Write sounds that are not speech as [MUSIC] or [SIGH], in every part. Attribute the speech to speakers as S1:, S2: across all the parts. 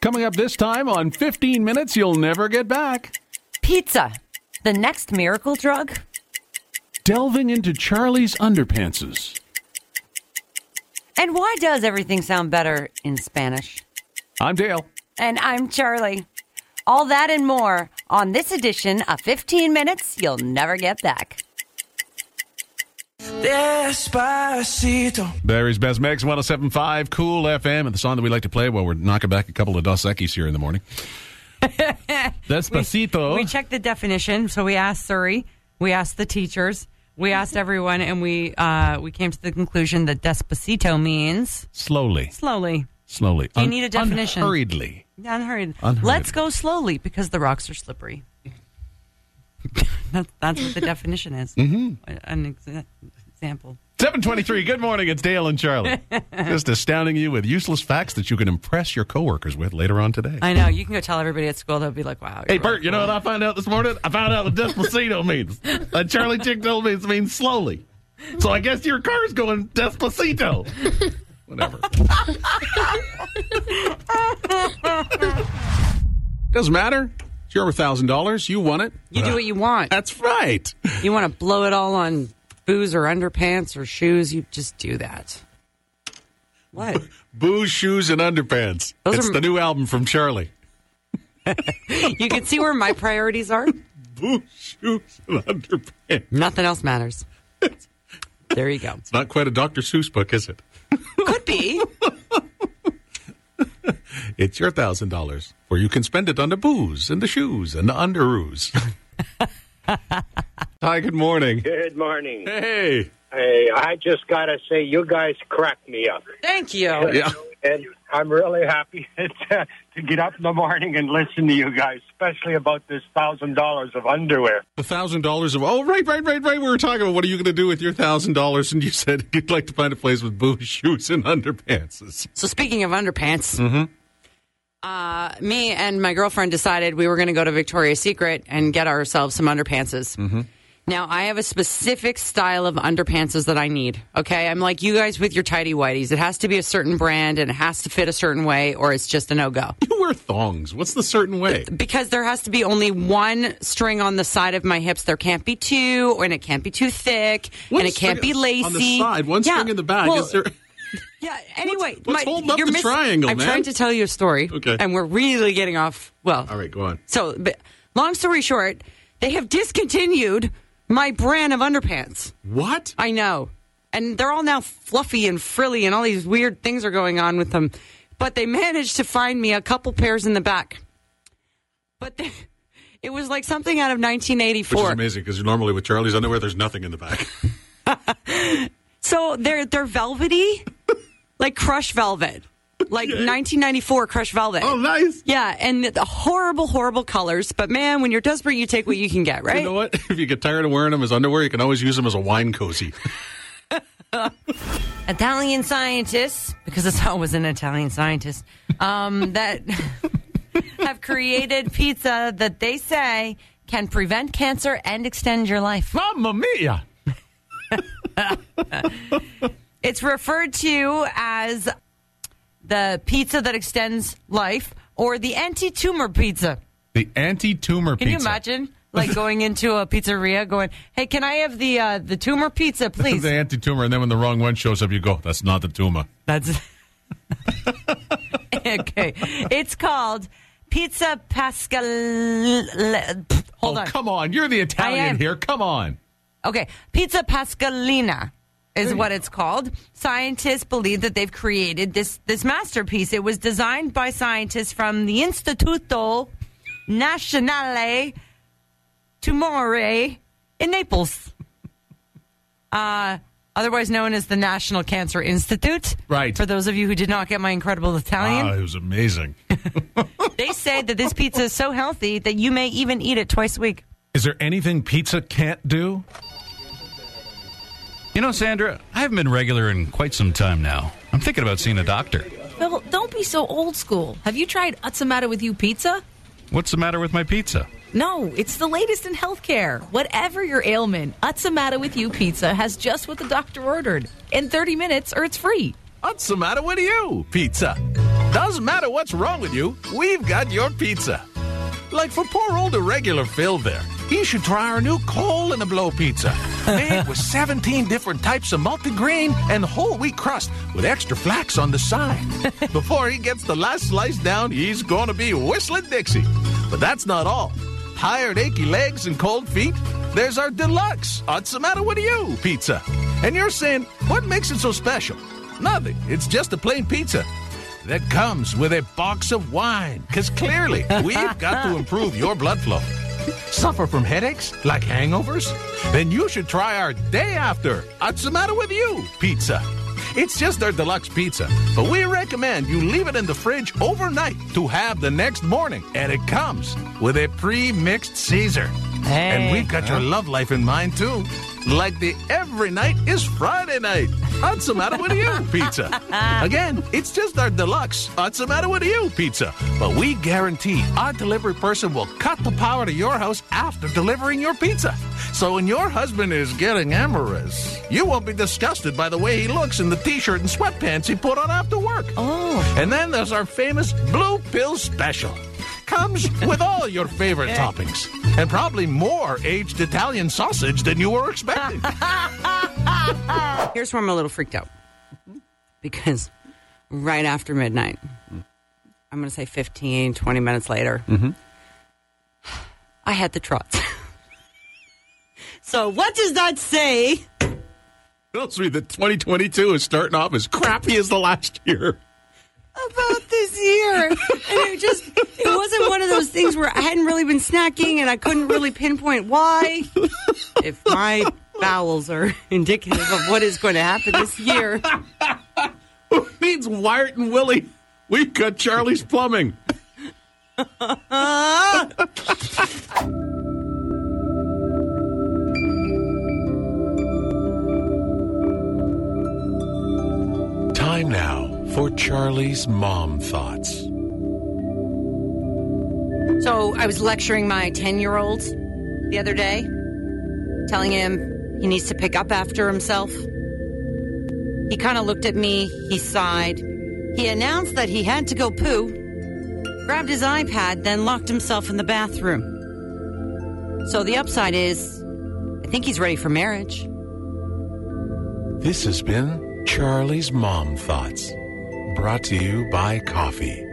S1: Coming up this time on 15 Minutes You'll Never Get Back.
S2: Pizza, the next miracle drug?
S1: Delving into Charlie's underpantses.
S2: And why does everything sound better in Spanish?
S1: I'm Dale.
S2: And I'm Charlie. All that and more on this edition of 15 Minutes You'll Never Get Back.
S3: Despacito.
S1: There is Best Mix 1075 Cool FM, and the song that we like to play while we're knocking back a couple of Dos Equis here in the
S4: [LAUGHS]
S1: morning. Despacito.
S4: We checked the definition, so we asked Surrey, we asked the teachers, we asked everyone, and we uh, we came to the conclusion that despacito means
S1: slowly.
S4: slowly,
S1: Slowly.
S4: You need a definition.
S1: Hurriedly.
S4: unhurried.
S1: Unhurried.
S4: Let's go slowly because the rocks are slippery. that's, that's what the definition is. Mm-hmm. An exa- example.
S1: 723. Good morning. It's Dale and
S4: [LAUGHS]
S1: Charlie. Just astounding you with useless facts that you can impress your coworkers with later on today.
S4: I know you can go tell everybody at school. They'll be like, "Wow."
S1: Hey,
S4: you're
S1: Bert, you know what I found out this morning? I found out what Despacito [LAUGHS] means. Uh, Charlie Chick told me it means slowly. So I guess your car's going Despacito. Whatever. Doesn't matter. It's your $1,000. You won it.
S4: You do what you want.
S1: That's right.
S4: You want to blow it all on booze or underpants or shoes? You just do that. What? [LAUGHS]
S1: Booze, shoes, and underpants.
S4: Those
S1: it's
S4: are-
S1: the new album from Charlie.
S4: you can see where my priorities are.
S1: Booze, shoes, and underpants. It's
S4: Nothing else matters. There you go.
S1: not quite a Dr. Seuss book, is it?
S4: Could be.
S1: It's your thousand dollars, where you can spend it on the booze and the shoes and the underoos.
S4: [LAUGHS]
S1: Hi, good morning.
S5: Good morning.
S1: Hey,
S5: Hey, I just gotta say, you guys crack me up,
S4: Thank you.
S1: yeah,
S5: and I'm really happy [LAUGHS] to, to get up in the morning and listen to you guys, especially about this thousand dollars of underwear.
S1: a thousand dollars of oh, right, right, right, right. We were talking about what are you going to do with your thousand dollars, and you said [LAUGHS] you'd like to find a place with booze, shoes, and underpants.
S4: So speaking of underpants,
S1: Mm-hmm.
S4: uh, me and my girlfriend decided we were going to go to Victoria's Secret and get ourselves some underpants.
S1: Mm-hmm.
S4: Now I have a specific style of underpants that I need. Okay, I'm like you guys with your tidy whities. It has to be a certain brand and it has to fit a certain way, or it's just a no go.
S1: You wear thongs. What's the certain way?
S4: because there has to be only one string on the side of my hips. There can't be two, and it can't be too thick,
S1: One
S4: and it can't
S1: string
S4: be lacy.
S1: on the side, one
S4: Yeah,
S1: string in the back.
S4: well,
S1: Is there?
S4: Yeah. Anyway,
S1: what's holding up the triangle,
S4: I'm
S1: man?
S4: trying to tell you a story.
S1: Okay.
S4: And we're really getting off. Well.
S1: All right, go on.
S4: So, but long story short, they have discontinued my brand of underpants.
S1: What?
S4: I know. And they're all now fluffy and frilly, and all these weird things are going on with them. But they managed to find me a couple pairs in the back. But they, [LAUGHS] it was like something out of
S1: Which is
S4: 1984.
S1: amazing because normally with Charlie's underwear, there's nothing in the back.
S4: So they're
S1: [LAUGHS]
S4: they're velvety, like crush velvet, like 1994 crush velvet.
S1: oh, [LAUGHS] nice.
S4: Yeah, and the horrible, horrible colors. But man, when you're desperate, you take what you can get, right?
S1: You know what? [LAUGHS] If you get tired of wearing them as underwear, you can always use them as a wine cozy.
S2: Italian scientists, because it's always an Italian scientist, um, that [LAUGHS] have created pizza that they say can prevent cancer and extend your
S1: [LAUGHS]
S2: life.
S1: Mamma mia!
S2: It's referred to as the pizza that extends life or the anti tumor pizza.
S1: The anti-tumor
S2: Can you imagine? Like going into a pizzeria, going, "Hey, can I have the uh, the tumor pizza, please?"
S1: [LAUGHS] the anti-tumor, and then when the wrong one shows up, you go, "That's not the tumor."
S2: That's [LAUGHS] okay. It's called Pizza Pascal. Hold
S1: oh,
S2: on.
S1: come on! You're the
S2: I
S1: Italian
S2: am.
S1: here. Come on.
S2: Okay, Pizza Pascalina is what it's called. Scientists believe that they've created this this masterpiece. It was designed by scientists from the Istituto Nazionale Tumore in Naples, [LAUGHS] uh, otherwise known as the National Cancer Institute.
S1: Right.
S2: For those of you who did not get my incredible Italian,
S1: Wow, it was amazing. [LAUGHS]
S2: they say that this pizza is so healthy that you may even eat it twice a week.
S1: Is there anything pizza can't do?
S6: You know, Sandra, I haven't been regular in quite some time now. I'm thinking about seeing a doctor.
S7: Well, don't be so old school. Have you tried What's the Matter with You Pizza?
S6: What's the matter with my pizza?
S7: No, it's the latest in healthcare. Whatever your ailment, What's the Matter with You Pizza has just what the doctor ordered in 30 minutes or it's free.
S1: What's the matter with you, pizza? Doesn't matter what's wrong with you, we've got your pizza. Like for poor old irregular Phil there, he should try our new coal in a blow pizza. Made with 17 different types of multigrain and whole wheat crust with extra flax on the side. Before he gets the last slice down, he's gonna be whistling Dixie. But that's not all. Tired achy legs and cold feet? There's our deluxe, what's the matter with you pizza. And you're saying, what makes it so special? Nothing, it's just a plain pizza that comes with a box of wine. Because clearly, we've got to improve your blood flow. Suffer from headaches like hangovers? Then you should try our day after. What's the matter with you? Pizza. It's just our deluxe pizza, but we recommend you leave it in the fridge overnight to have the next morning. And it comes with a pre mixed Caesar. And we've got your love life in mind too. Like the every night is Friday night. What's the matter with you, pizza? Again, it's just our deluxe. What's the matter with you, pizza? But we guarantee our delivery person will cut the power to your house after delivering your pizza. So when your husband is getting amorous, you won't be disgusted by the way he looks in the t-shirt and sweatpants he put on after work. Oh. And then there's our famous blue pill special comes with all your [LAUGHS] favorite toppings and probably more aged Italian sausage than you were [LAUGHS] expecting.
S2: Here's where I'm a little freaked out because right after midnight, I'm going to say 15, 20 minutes later, I had the trots. [LAUGHS] so, what does that say?
S1: Tells me that 2022 is starting off as crappy as the last year.
S2: about this year. And it just it wasn't one of those things where I hadn't really been snacking and I couldn't really pinpoint why. If my bowels are [LAUGHS] indicative of what is going to happen this year.
S1: Means Wyatt and Willie. We've got Charlie's plumbing. [LAUGHS] Time now for Charlie's mom thoughts.
S2: So I was lecturing my 10 year old the other day, telling him he needs to pick up after himself. He kind of looked at me, he sighed. He announced that he had to go poo, grabbed his iPad, then locked himself in the bathroom. So the upside is, I think he's ready for marriage.
S1: This has been Charlie's Mom Thoughts, brought to you by coffee,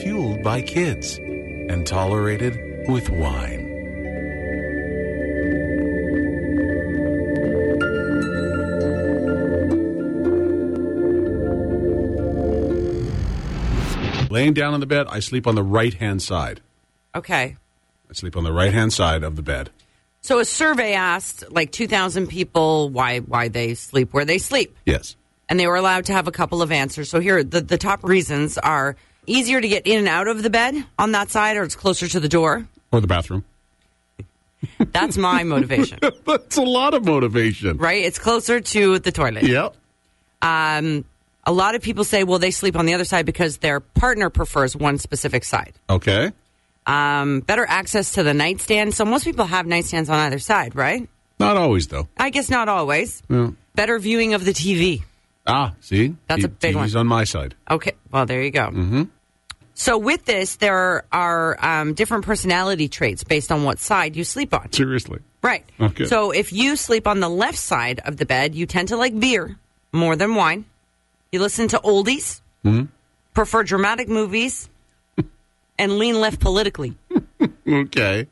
S1: fueled by kids, and tolerated with wine.
S8: Laying down on the bed, I sleep on the right hand side.
S2: Okay.
S8: I sleep on the right hand side of the bed.
S2: So a survey asked like 2,000 people why why they sleep where they sleep.
S8: Yes.
S2: and they were allowed to have a couple of answers. So here, the, the top reasons are easier to get in and out of the bed on that side, or it's closer to the door.
S8: Or the bathroom.
S2: That's my motivation,
S8: That's a lot of motivation.
S2: right? It's closer to the toilet.
S8: Yep.
S2: Um, a lot of people say, well, they sleep on the other side because their partner prefers one specific side.
S8: Okay.
S2: Um, better access to the nightstand. So most people have nightstands on either side, right?
S8: Not always, though.
S2: I guess not always. Better viewing of the TV.
S8: Ah, see?
S2: That's a
S8: T-
S2: big one.
S8: TV's on my side.
S2: Okay. Well, there you go. Mm-hmm. So with this, there are um, different personality traits based on what side you sleep on.
S8: Seriously.
S2: Right.
S8: Okay.
S2: So if you sleep on the left side of the bed, you tend to like beer more than wine. You listen to oldies, prefer dramatic movies, and lean left politically.
S8: Okay.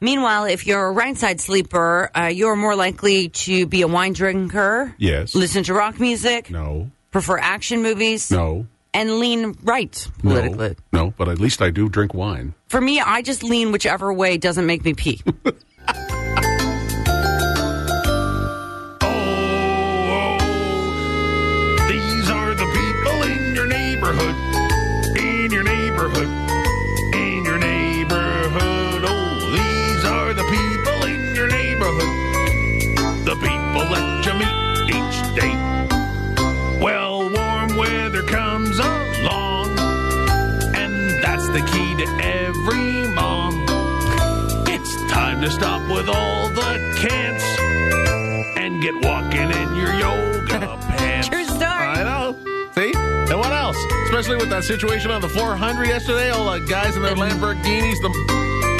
S2: Meanwhile, if you're a right side sleeper, uh, you're more likely to be a wine drinker.
S8: Yes.
S2: Listen to rock music.
S8: No.
S2: Prefer action movies.
S8: No.
S2: And lean right politically.
S8: No. No, but at least I do drink wine.
S2: For me, I just lean whichever way doesn't make me pee.
S9: These are the people in your neighborhood. In your neighborhood. In your neighborhood. Oh, these are the people in your neighborhood. The people that you meet each day. Well, warm weather comes along. And that's the key to every mom. It's time to stop with all the can'ts and get walking in your yoga pants.
S4: True story.
S9: I know.
S8: See?
S1: And what else? Especially with that situation on the 400 yesterday, all the guys in their Lamborghinis, the,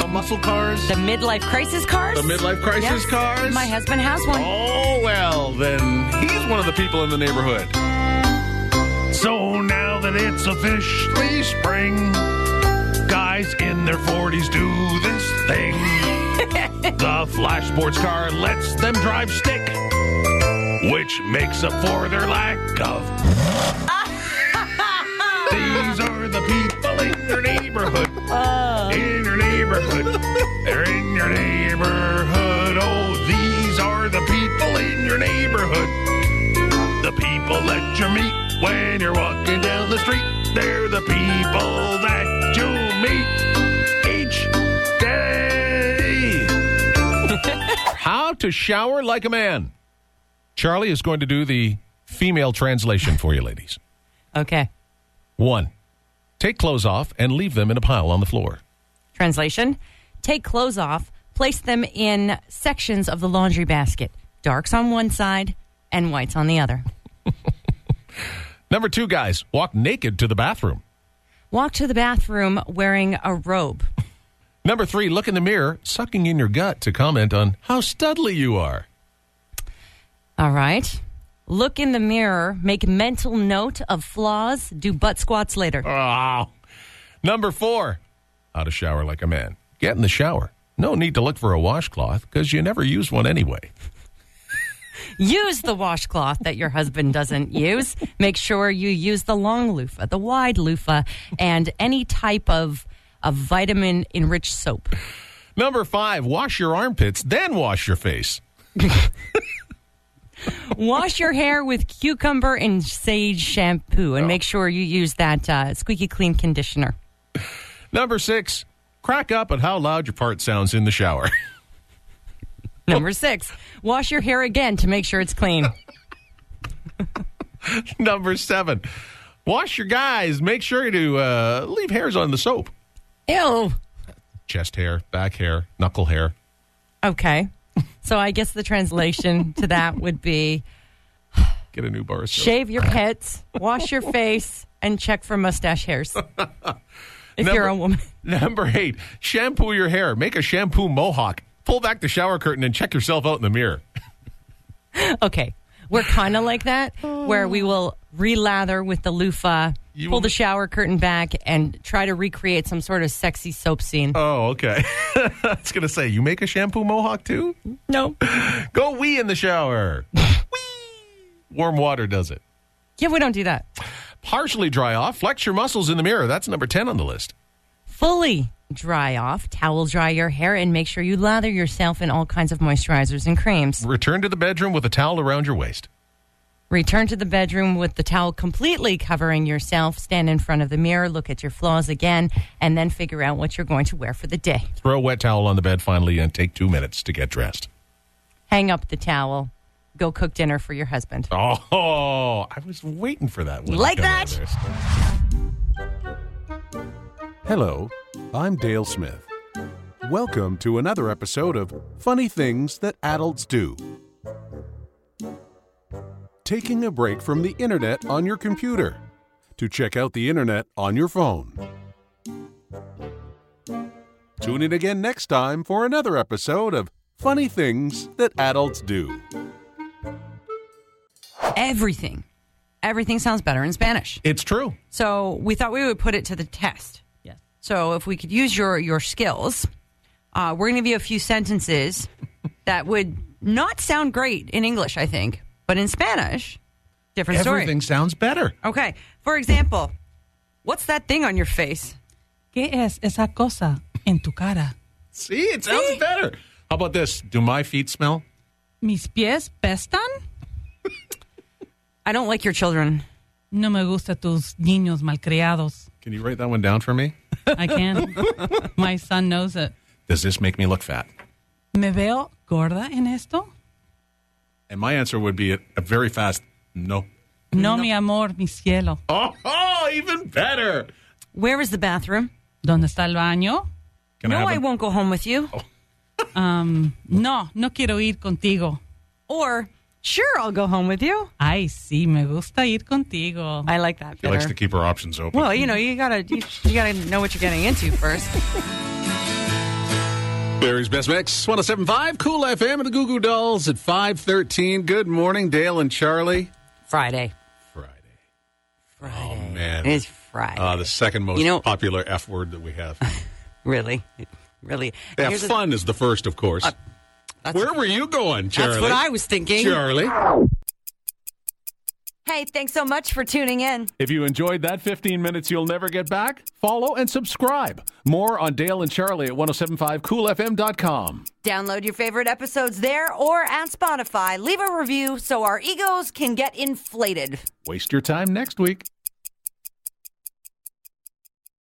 S1: the muscle cars,
S7: The midlife crisis cars?
S1: the midlife crisis
S7: Yes.
S1: cars.
S7: My husband has one.
S1: Oh, well, then he's one of the people in the neighborhood.
S10: So now that it's officially spring, guys in their 40s do this thing. the Flash Sports Car lets them drive stick, which makes up for their lack of. These are the people in your neighborhood. In your neighborhood. They're in your neighborhood. Oh, these are the people in your neighborhood. The people that you meet when you're walking down the street, they're the people that you meet each day.
S1: How to shower like a man. Charlie is going to do the female translation for you, ladies.
S7: Okay.
S1: One, take clothes off and leave them in a pile on the floor.
S7: Translation Take clothes off, place them in sections of the laundry basket. Darks on one side and whites on the other.
S1: Number two, guys, walk naked to the bathroom.
S7: Walk to the bathroom wearing a robe.
S1: Number three, look in the mirror, sucking in your gut to comment on how studly you are.
S7: All right. Look in the mirror, make mental note of flaws, do butt squats later.
S1: Oh. Number four, how to shower like a man. Get in the shower. No need to look for a washcloth because you never use one anyway.
S7: Use the washcloth that your husband doesn't use. Make sure you use the long loofah, the wide loofah, and any type of, of vitamin enriched soap.
S1: Number five, wash your armpits, then wash your face.
S7: Wash your hair with cucumber and sage shampoo and make sure you use that uh, squeaky clean conditioner.
S1: Number six, crack up at how loud your part sounds in the shower. [LAUGHS]
S7: Number six, wash your hair again to make sure it's clean.
S1: Number seven, wash your guys. Make sure to uh, leave hairs on the soap.
S7: Ew.
S1: Chest hair, back hair, knuckle hair.
S7: Okay. So I guess the translation to that would be
S1: Get a new bar of soap.
S7: shave your pits, wash your face, and check for mustache hairs. If
S1: Number-
S7: you're a woman.
S1: Number eight, shampoo your hair. Make a shampoo mohawk. Pull back the shower curtain and check yourself out in the mirror.
S7: Okay. We're kind of like that, where we will relather with the loofah,
S1: You
S7: pull
S1: will-
S7: the shower curtain back, and try to recreate some sort of sexy soap scene.
S1: Oh, okay. [LAUGHS] I was going to say, you make a shampoo mohawk too?
S7: no.
S1: Go wee in the [LAUGHS] shower. wee. Warm water does it.
S7: Yeah, we don't do that.
S1: Partially dry off. Flex your muscles in the mirror. That's number 10 on the list.
S7: Fully dry off, towel dry your hair, and make sure you lather yourself in all kinds of moisturizers and creams.
S1: Return to the bedroom with a towel around your waist.
S7: Return to the bedroom with the towel completely covering yourself, stand in front of the mirror, look at your flaws again, and then figure out what you're going to wear for the day.
S1: Throw a wet towel on the bed finally and take two minutes to get dressed.
S7: Hang up the towel, go cook dinner for your husband.
S1: Oh, I was waiting for that one.
S7: Like that?
S11: Hello, I'm Dale Smith. Welcome to another episode of Funny Things That Adults Do. Taking a break from the internet on your computer to check out the internet on your phone. Tune in again next time for another episode of Funny Things That Adults Do.
S12: Everything.
S7: Everything sounds better in Spanish.
S1: It's true.
S7: So we thought we would put it to the test. Yes. So if we could use your your skills, uh, we're going to give you a few
S1: [LAUGHS]
S7: sentences that would not sound great in English, I think, but in Spanish, different
S1: Everything sounds better.
S7: story. Okay. For example, what's that thing on your face?
S13: ¿Qué es esa cosa en tu cara?
S1: See, it sounds better. How about this? Do my feet smell?
S13: ¿Mis pies pestan?
S7: I don't like your children.
S13: No me gustan tus niños malcriados.
S1: Can you write that one down for me?
S13: I can. My son knows it.
S1: Does this make me look fat?
S13: ¿Me veo gorda en esto?
S1: And my answer would be a, a very fast no.
S13: No, mi amor, mi cielo.
S1: Oh, oh even better.
S7: Where is the bathroom?
S13: ¿Dónde está el baño?
S1: Can
S7: no,
S1: have
S7: I
S1: a-
S7: won't go home with you.
S13: Um, no, no quiero ir contigo.
S7: Or
S4: Sure, I'll go home with you.
S13: Ay, sí, me gusta ir contigo.
S4: I like that.
S14: She likes to keep her options open.
S4: Well, you know, you gotta you, you gotta know what you're getting into first.
S1: Barry's Best Mix, 1075, Cool FM, and the Goo Goo Dolls at 513. Good morning, Dale and Charlie.
S2: Friday.
S1: Oh, man.
S2: It is Friday.
S1: Uh, the second most
S2: You know-
S1: popular F word that we have.
S2: Really? Really?
S1: Yeah,
S2: Here's the- Uh,
S1: fun is the first, of course. Where were you going, Charlie?
S2: That's what I was thinking.
S1: Charlie.
S4: Hey, thanks so much for tuning in.
S15: If you enjoyed that 15 minutes you'll never get back, follow and subscribe. More on Dale and Charlie at 1075coolfm.com.
S4: Download your favorite episodes there or at Spotify. Leave a review so our egos can get inflated.
S15: Waste your time next week.